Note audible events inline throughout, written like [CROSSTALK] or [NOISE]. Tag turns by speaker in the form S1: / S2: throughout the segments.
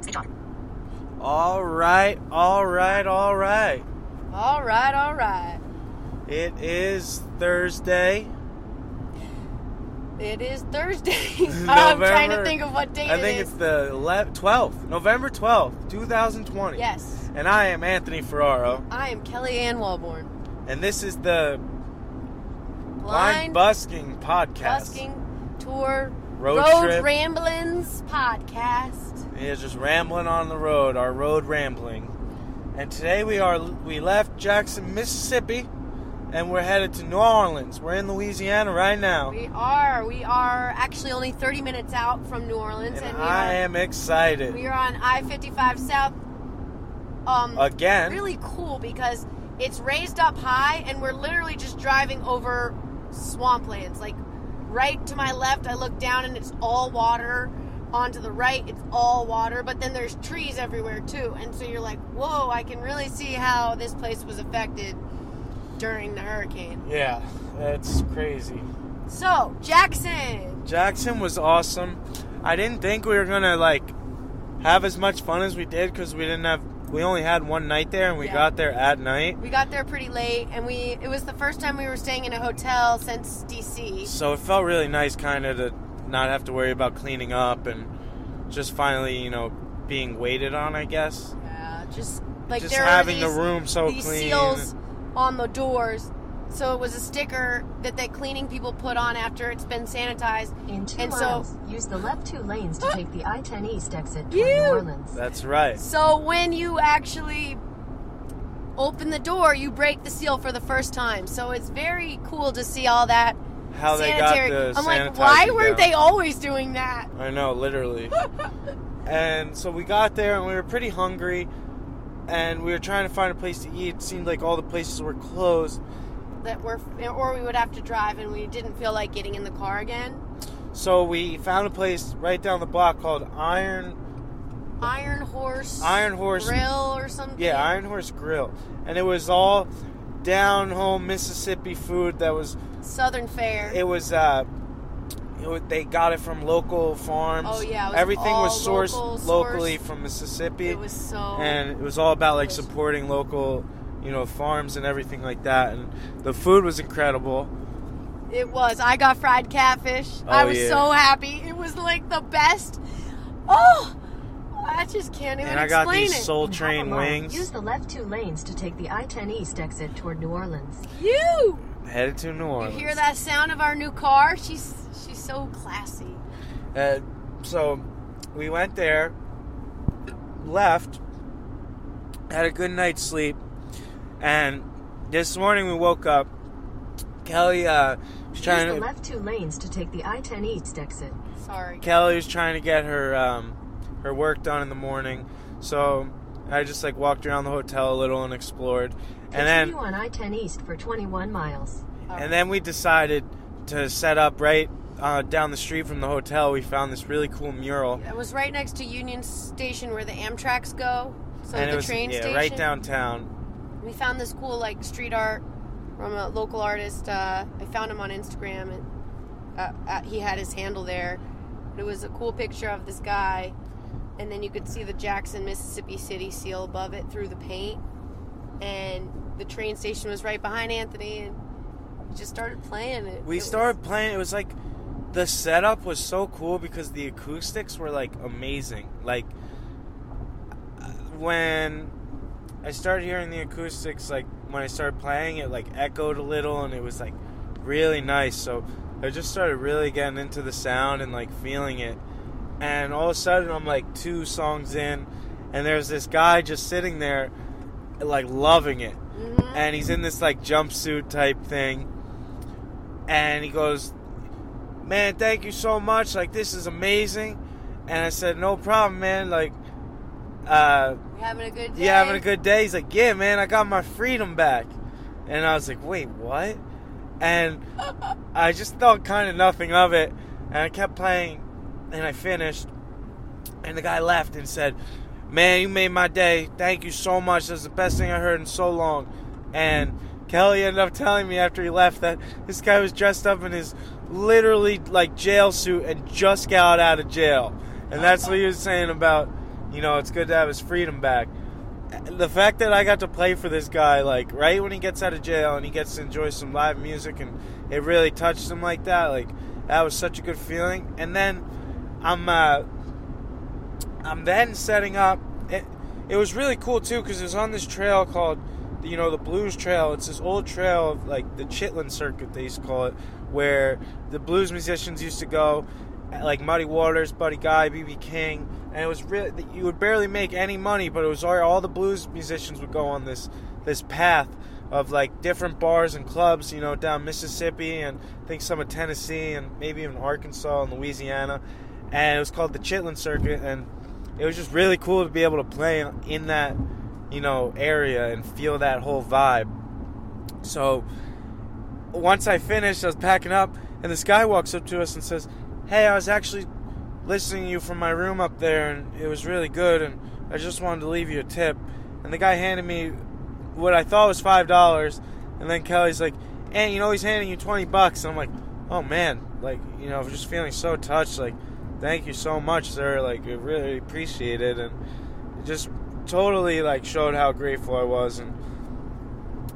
S1: Switch off.
S2: All right, all right, all right.
S1: All right, all right.
S2: It is Thursday.
S1: It is Thursday. [LAUGHS] I'm trying to
S2: November-
S1: think of what date
S2: I think
S1: it
S2: it's
S1: is.
S2: the ele- 12th, November 12th, 2020.
S1: yes.
S2: And I am Anthony Ferraro,
S1: I am Kelly Ann Walborn.
S2: and this is the Blind,
S1: Blind
S2: Busking Podcast.
S1: Busking Tour
S2: Road trip.
S1: Ramblings Podcast.
S2: He is just rambling on the road, our road rambling. And today we are we left Jackson, Mississippi, and we're headed to New Orleans. We're in Louisiana right now.
S1: We are. We are actually only 30 minutes out from New Orleans,
S2: and
S1: and, we,
S2: I
S1: are,
S2: am excited.
S1: we are on I-55 South. Um,
S2: Again.
S1: really cool because it's raised up high, and we're literally just driving over swamplands. Like right to my left, I look down, and it's all water. Onto the right, it's all water, but then there's trees everywhere too, and so you're like, whoa, I can really see how this place was affected during the hurricane.
S2: Yeah, that's crazy.
S1: So, Jackson.
S2: Jackson was awesome. I didn't think we were gonna like have as much fun as we did because we didn't have we only had one night there and we
S1: Yeah.
S2: got there at night.
S1: We got there pretty late, and we it was the first time we were staying in a hotel since DC.
S2: So it felt really nice, kind of, to not have to worry about cleaning up and just finally, you know, being waited on. I guess
S1: Yeah, just like
S2: just
S1: there were
S2: having
S1: these,
S2: the room so
S1: these
S2: clean.
S1: seals on the doors. So it was a sticker that the cleaning people put on after it's been sanitized.
S3: In two
S1: And so-
S3: miles, use the left two
S1: [GASPS]
S3: lanes to take the I-10 East exit toward
S1: Ew.
S3: New Orleans.
S2: That's right.
S1: So when you actually open the door, you break the seal for the first time. So it's very cool to see all that
S2: How
S1: sanitary.
S2: they got the
S1: I'm like,
S2: sanitizing
S1: why weren't
S2: down.
S1: they always doing that?
S2: I know, literally. and so we got there and we were pretty hungry and we were trying to find a place to eat. It seemed like all the places were closed.
S1: that we're or we would have to drive and we didn't feel like getting in the car again
S2: So we found a place right down the block called Iron
S1: iron horse
S2: Iron Horse
S1: grill or something
S2: Yeah, Iron Horse Grill. And it was all down home Mississippi food that was
S1: southern fair
S2: it was uh it wa- they got it from local farms.
S1: Oh, yeah, it was
S2: everything was
S1: all
S2: sourced
S1: local,
S2: locally
S1: sourced.
S2: from Mississippi.
S1: It was so
S2: and it was all about like
S1: Yes.
S2: supporting local you know farms and everything like that and the food was incredible
S1: it was i got fried catfish i
S2: Oh,
S1: was
S2: yeah.
S1: so happy it was like the best oh i just can't even
S2: and i got
S1: explain
S2: these
S1: it
S2: soul
S3: In half a
S2: train
S3: mile, Use
S2: wings
S3: the left two lanes to take the I-10 East exit toward New Orleans.
S1: you
S2: headed to new
S1: you
S2: orleans
S1: hear that sound of our new car she's she's so classy
S2: Uh, so we went there left had a good night's sleep and this morning we woke up kelly uh was trying
S3: use the
S2: to
S3: left two lanes to take the I-10 East exit.
S1: sorry
S2: Kelly was trying to get her um, her work done in the morning, so I just like walked around the hotel a little and explored, and then
S1: uh,
S3: Continue on I-10 East for 21 miles.
S2: and then we decided to set up right uh, down the street from the hotel. We found this really cool mural,
S1: it was right next to union station where the amtraks go so
S2: and
S1: the
S2: it was
S1: train
S2: yeah
S1: station
S2: right downtown.
S1: We found this cool like street art from a local artist. Uh, I found him on Instagram, and uh, uh, he had his handle there. It was a cool picture of this guy, and then you could see the Jackson, Mississippi city seal above it through the paint. And the train station was right behind Anthony, and we just started playing it.
S2: We
S1: It was-
S2: started playing. It was like the setup was so cool because the acoustics were like amazing. Like uh, when I started hearing the acoustics, like when I started playing, it like echoed a little, and it was like really nice. So I just started really getting into the sound and like feeling it. And all of a sudden, I'm like two songs in, and there's this guy just sitting there, like loving it.
S1: Mhm.
S2: And he's in this like jumpsuit type thing, and he goes, "Man, thank you so much. Like this is amazing." And I said, "No problem, man. Like." Uh,
S1: We're having a good day.
S2: you having a good day? He's like, yeah, man, I got my freedom back. And I was like, wait, what?
S1: [LAUGHS]
S2: And I just thought kind of nothing of it. And I kept playing, and I finished. And the guy left and said, man, you made my day. Thank you so much. That's the best thing I heard in so long. And Kelly ended up telling me after he left that this guy was dressed up in his literally like jail suit and just got out of jail. And that's what he was saying about You know, it's good to have his freedom back. The fact that I got to play for this guy, like right when he gets out of jail and he gets to enjoy some live music, and it really touched him like that. Like that was such a good feeling. And then I'm, uh, I'm then setting up. It, it was really cool too because it was on this trail called, you know, the Blues Trail. It's this old trail of like the Chitlin Circuit they used to call it, where the blues musicians used to go, like Muddy Waters, Buddy Guy, BB King, and it was really you would barely make any money, but it was all, all the blues musicians would go on this this path of like different bars and clubs, you know, down Mississippi and I think some of Tennessee and maybe even Arkansas and Louisiana, and it was called the Chitlin Circuit, and it was just really cool to be able to play in that you know area and feel that whole vibe. So once I finished, I was packing up, and this guy walks up to us and says, "Hey, I was actually listening to you from my room up there, and it was really good, and I just wanted to leave you a tip." And the guy handed me what I thought was five dollars, and then Kelly's like, "And you know he's handing you twenty bucks," and I'm like, "Oh man, like you know, I'm just feeling so touched. Like, thank you so much, sir. Like, I really appreciate it, and it just totally like showed how grateful I was and."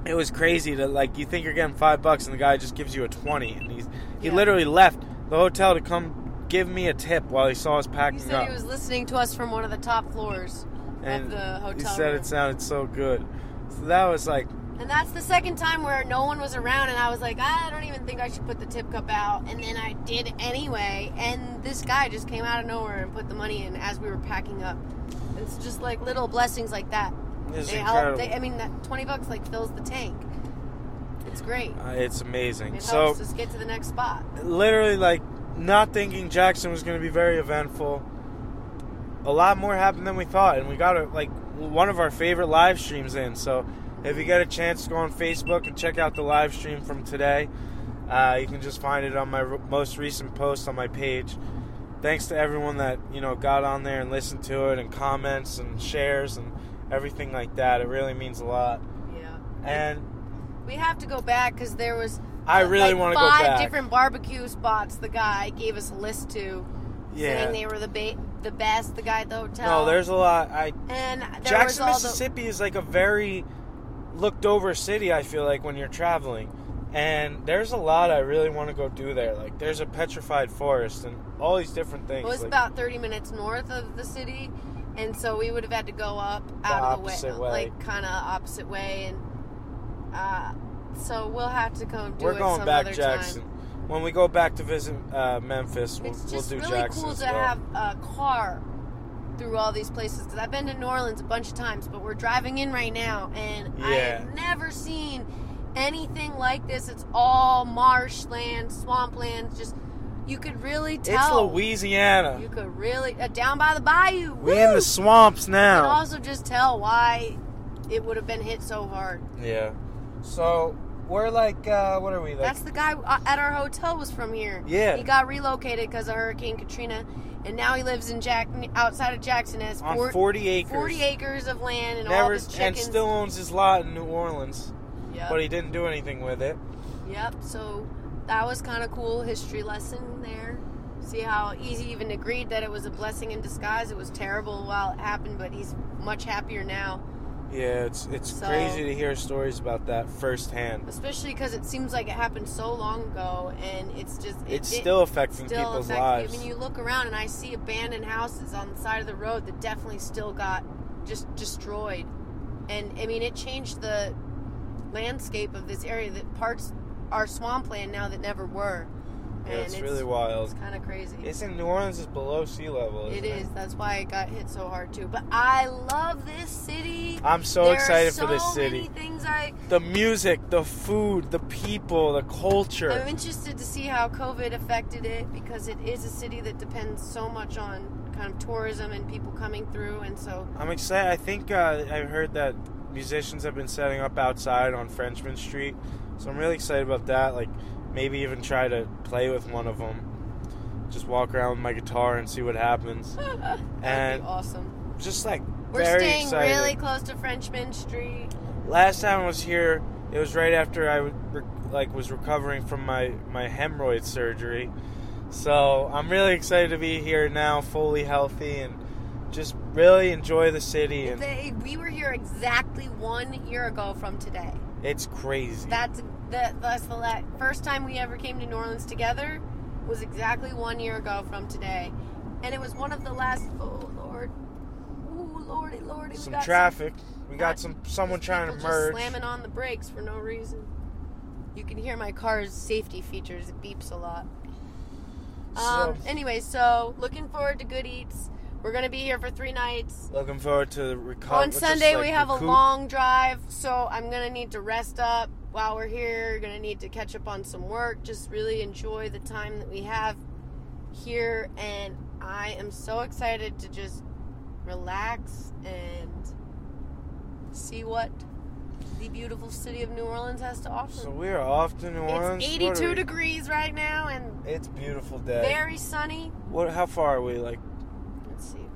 S2: it was crazy to like you think you're getting five bucks and the guy just gives you a 20 and he's he
S1: Yeah.
S2: literally left the hotel to come give me a tip while he saw us
S1: He
S2: packing
S1: said
S2: up
S1: he was listening to us from one of the top floors
S2: and
S1: of the
S2: he
S1: hotel.
S2: said
S1: room.
S2: it sounded so good so that was like
S1: And that's the second time where no one was around, and I was like, I don't even think I should put the tip cup out. And then I did anyway, and this guy just came out of nowhere and put the money in as we were packing up. It's just like little blessings like that.
S2: this is
S1: they
S2: incredible
S1: help. They, I mean, that 20 bucks like fills the tank. It's great.
S2: Uh, it's amazing
S1: It
S2: so
S1: helps us get to the next spot.
S2: literally like not thinking Jackson was going to be very eventful. A lot more happened than we thought, and we got a, like one of our favorite live streams in. So, if you get a chance, go on Facebook and check out the live stream from today. Uh, you can just find it on my r- most recent post on my page. Thanks to everyone that you know got on there and listened to it, and comments and shares and everything like that. It really means a lot.
S1: Yeah.
S2: And
S1: We have to go back because there was.
S2: I really
S1: like,
S2: want to go
S1: five
S2: back.
S1: different barbecue spots. The guy gave us a list to,
S2: yeah.
S1: saying they were the ba- the best. The guy at the hotel.
S2: no, there's a lot. I
S1: And there
S2: Jackson,
S1: was all
S2: Mississippi is like a very looked over city, I feel like, when you're traveling. And there's a lot I really want to go do there. Like, there's a petrified forest and all these different
S1: The, it
S2: things.
S1: was
S2: like,
S1: about 30 minutes north of the city, and so we would have had to go up out of the
S2: opposite
S1: way,
S2: way.
S1: like kind of opposite way, and uh, so we'll have to come do
S2: we're
S1: it
S2: going
S1: some
S2: back,
S1: other
S2: Jackson.
S1: time.
S2: When we go back to visit uh, Memphis, we'll,
S1: It's just
S2: we'll do
S1: really
S2: Jackson.
S1: cool
S2: as
S1: to
S2: well.
S1: have a car through all these places because I've been to New Orleans a bunch of times, but we're driving in right now, and I
S2: Yeah.
S1: have never seen anything like this. It's all marshland, swampland, just you could really
S2: It's
S1: tell. You
S2: Louisiana.
S1: could really uh, down by the bayou.
S2: We in
S1: woo!
S2: the swamps
S1: And
S2: now.
S1: also just tell why it would have been hit so hard.
S2: Yeah. So we're like, uh, what are we like?
S1: That's the guy uh, at our hotel was from here.
S2: Yeah.
S1: He got relocated because of Hurricane Katrina, and now he lives in Jack outside of Jackson has
S2: on
S1: four-
S2: 40 acres.
S1: 40 acres of land and all
S2: Never,
S1: his
S2: and
S1: chickens.
S2: still owns his lot in New Orleans,
S1: yep.
S2: but he didn't do anything with it.
S1: yep. So that was kind of cool history lesson there. See how easy even agreed that it was a blessing in disguise. It was terrible while it happened, but he's much happier now.
S2: Yeah, it's it's
S1: So-
S2: crazy to hear stories about that firsthand.
S1: especially because it seems like it happened so long ago and it's just it,
S2: It's
S1: it
S2: still affecting
S1: still
S2: people's
S1: affects
S2: lives.
S1: me. i mean you look around and i see abandoned houses on the side of the road that definitely still got just destroyed and i mean it changed the landscape of this area that parts are swampland now that never were
S2: yeah,
S1: and
S2: it's, really wild.
S1: it's kind of crazy
S2: Isn't New Orleans is below sea level?
S1: it
S2: Isn't it
S1: is that's why it got hit so hard too but i love this city
S2: I'm so
S1: There are
S2: excited
S1: so
S2: for this city.
S1: many things i
S2: The music, the food, the people, the culture.
S1: I'm interested to see how COVID affected it because it is a city that depends so much on kind of tourism and people coming through, and so [LAUGHS]
S2: I'm excited. I think uh, I heard that musicians have been setting up outside on Frenchman Street, so I'm really excited about that. Like, maybe even try to play with one of them. Just walk around with my guitar and see what happens.
S1: [LAUGHS] that'd
S2: And
S1: be awesome.
S2: just like
S1: We're
S2: very
S1: staying
S2: excited.
S1: really close to Frenchman Street.
S2: last time I was here, it was right after I re- like was recovering from my my hemorrhoid surgery. So I'm really excited to be here now, fully healthy, and just really enjoy the city, and
S1: They, we were here exactly one year ago from today.
S2: it's crazy.
S1: That's that, that's the la- first time we ever came to New Orleans together. Was exactly one year ago from today, and it was one of the last. Oh Lord, oh Lordy, Lordy, we
S2: some
S1: got
S2: traffic. we got
S1: got-
S2: some someone
S1: These
S2: trying to
S1: people
S2: merge.
S1: Just slamming on the brakes for no reason. You can hear my car's safety features. It beeps a lot.
S2: So-
S1: Um. Anyway, so looking forward to Good Eats. We're gonna be here for three nights.
S2: Looking forward to the recovery.
S1: On Sunday we have a long drive, so I'm gonna need to rest up while we're here. Gonna need to catch up on some work. Just really enjoy the time that we have here, and I am so excited to just relax and see what the beautiful city of New Orleans has to offer.
S2: So we are off to New Orleans.
S1: it's
S2: What
S1: 82
S2: are we-
S1: degrees right now and
S2: It's a beautiful day.
S1: very sunny.
S2: What? How far are we? Like
S1: Let's see.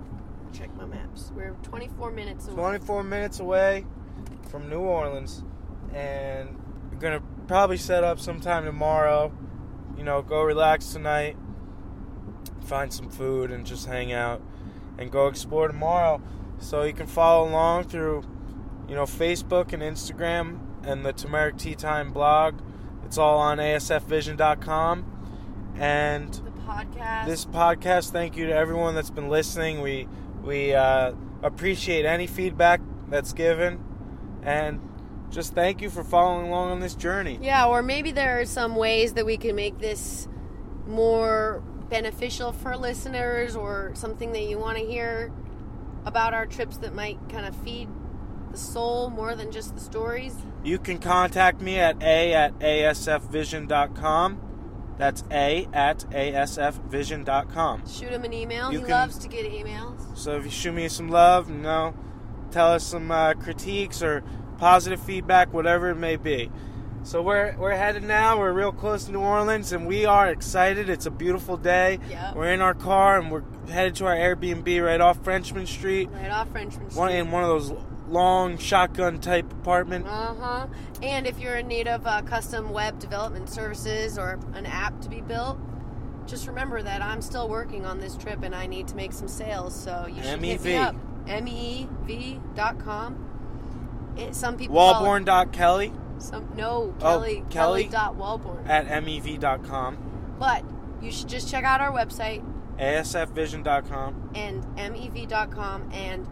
S1: Check my maps. We're 24 minutes away.
S2: 24 minutes away from New Orleans, and we're gonna probably set up sometime tomorrow. You know, go relax tonight, find some food, and just hang out, and go explore tomorrow. So you can follow along through, you know, Facebook and Instagram and the Turmeric Tea Time blog. It's all on asfvision.com, and
S1: The podcast.
S2: this podcast. Thank you to everyone that's been listening. We we uh, appreciate any feedback that's given, and just thank you for following along on this journey.
S1: Yeah, or maybe there are some ways that we can make this more beneficial for listeners or something that you want to hear about our trips that might kind of feed the soul more than just the stories.
S2: You can contact me at a at asfvision.com. That's a at asfvision.com.
S1: Shoot him an email.
S2: You
S1: he
S2: can-
S1: loves to get emails.
S2: So if you shoot me some love, you know, tell us some uh, critiques or positive feedback, whatever it may be. So we're we're headed now. We're real close to New Orleans, and we are excited. It's a beautiful day.
S1: Yep.
S2: We're in our car, and we're headed to our Airbnb right off Frenchman Street,
S1: Right off Frenchman
S2: one
S1: Street.
S2: in one of those long shotgun type apartment.
S1: Uh huh. And if you're in need of uh, custom web development services or an app to be built, just remember that I'm still working on this trip and I need to make some sales. So you should hit me
S2: MEV.
S1: up. MEV dot com. It, some people. call it-
S2: Wallborn.kelly
S1: Some no
S2: Oh,
S1: Kelly
S2: Kelly? Uh,
S1: dot Wellborn.
S2: at E mev.com,
S1: But you should just check out our website
S2: asfvision.com.
S1: and E mev.com and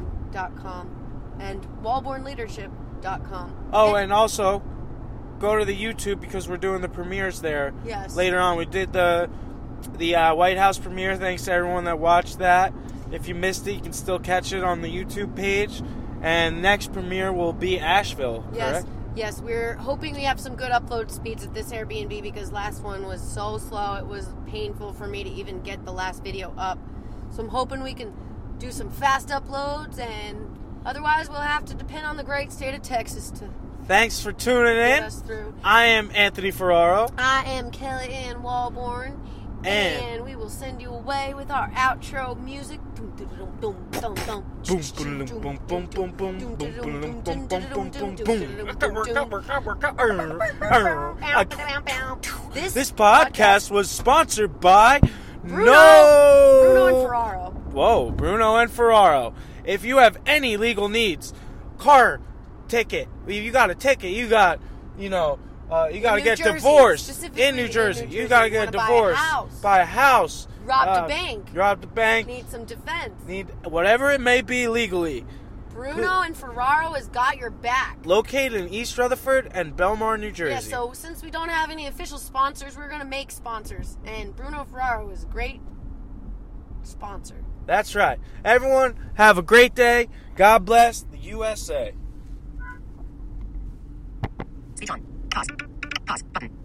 S1: turmericteatime.com and wallbornleadership.com.
S2: Oh,
S1: and
S2: and also go to the YouTube because we're doing the premieres there.
S1: yes.
S2: later on. We did the the uh, White House premiere. Thanks to everyone that watched that. If you missed it, you can still catch it on the YouTube page. And next premiere will be Asheville.
S1: Yes,
S2: Correct?
S1: yes. We're hoping we have some good upload speeds at this Airbnb because last one was so slow. It was painful for me to even get the last video up. So I'm hoping we can do some fast uploads, and otherwise we'll have to depend on the great state of Texas to
S2: Thanks for tuning
S1: get
S2: in.
S1: us through.
S2: I am Anthony
S1: [LAUGHS]
S2: Ferraro.
S1: I am Kelly Ann Walborn,
S2: And-
S1: we will send you away with our outro music. Dum, dum, dum, dum, dum,
S2: Boom,
S1: dum.
S2: boom, boom, boom, boom, boom, boom, boom, boom, boom, boom, boom.
S1: This,
S2: This podcast was sponsored by
S1: Bruno-
S2: No
S1: Bruno and Ferraro.
S2: Whoa, Bruno and Ferraro. If you have any legal needs, car ticket, if you got a ticket, you got, you know, uh, you got to
S1: New
S2: get
S1: Jersey,
S2: divorced
S1: specifically
S2: in New Jersey. You
S1: Jersey.
S2: got to
S1: You
S2: get a
S1: wanna buy a
S2: divorce,
S1: house.
S2: buy a house,
S1: Robbed a bank.
S2: robbed a bank,
S1: Need some defense.
S2: need whatever it may be legally.
S1: Bruno and Ferraro has got your back.
S2: Located in East Rutherford and Belmar, New Jersey.
S1: Yeah, so since we don't have any official sponsors, we're going to make sponsors. And Bruno Ferraro is a great sponsor.
S2: That's right. Everyone, have a great day. God bless the USA.
S3: Speech on. Pause. Pause. Button.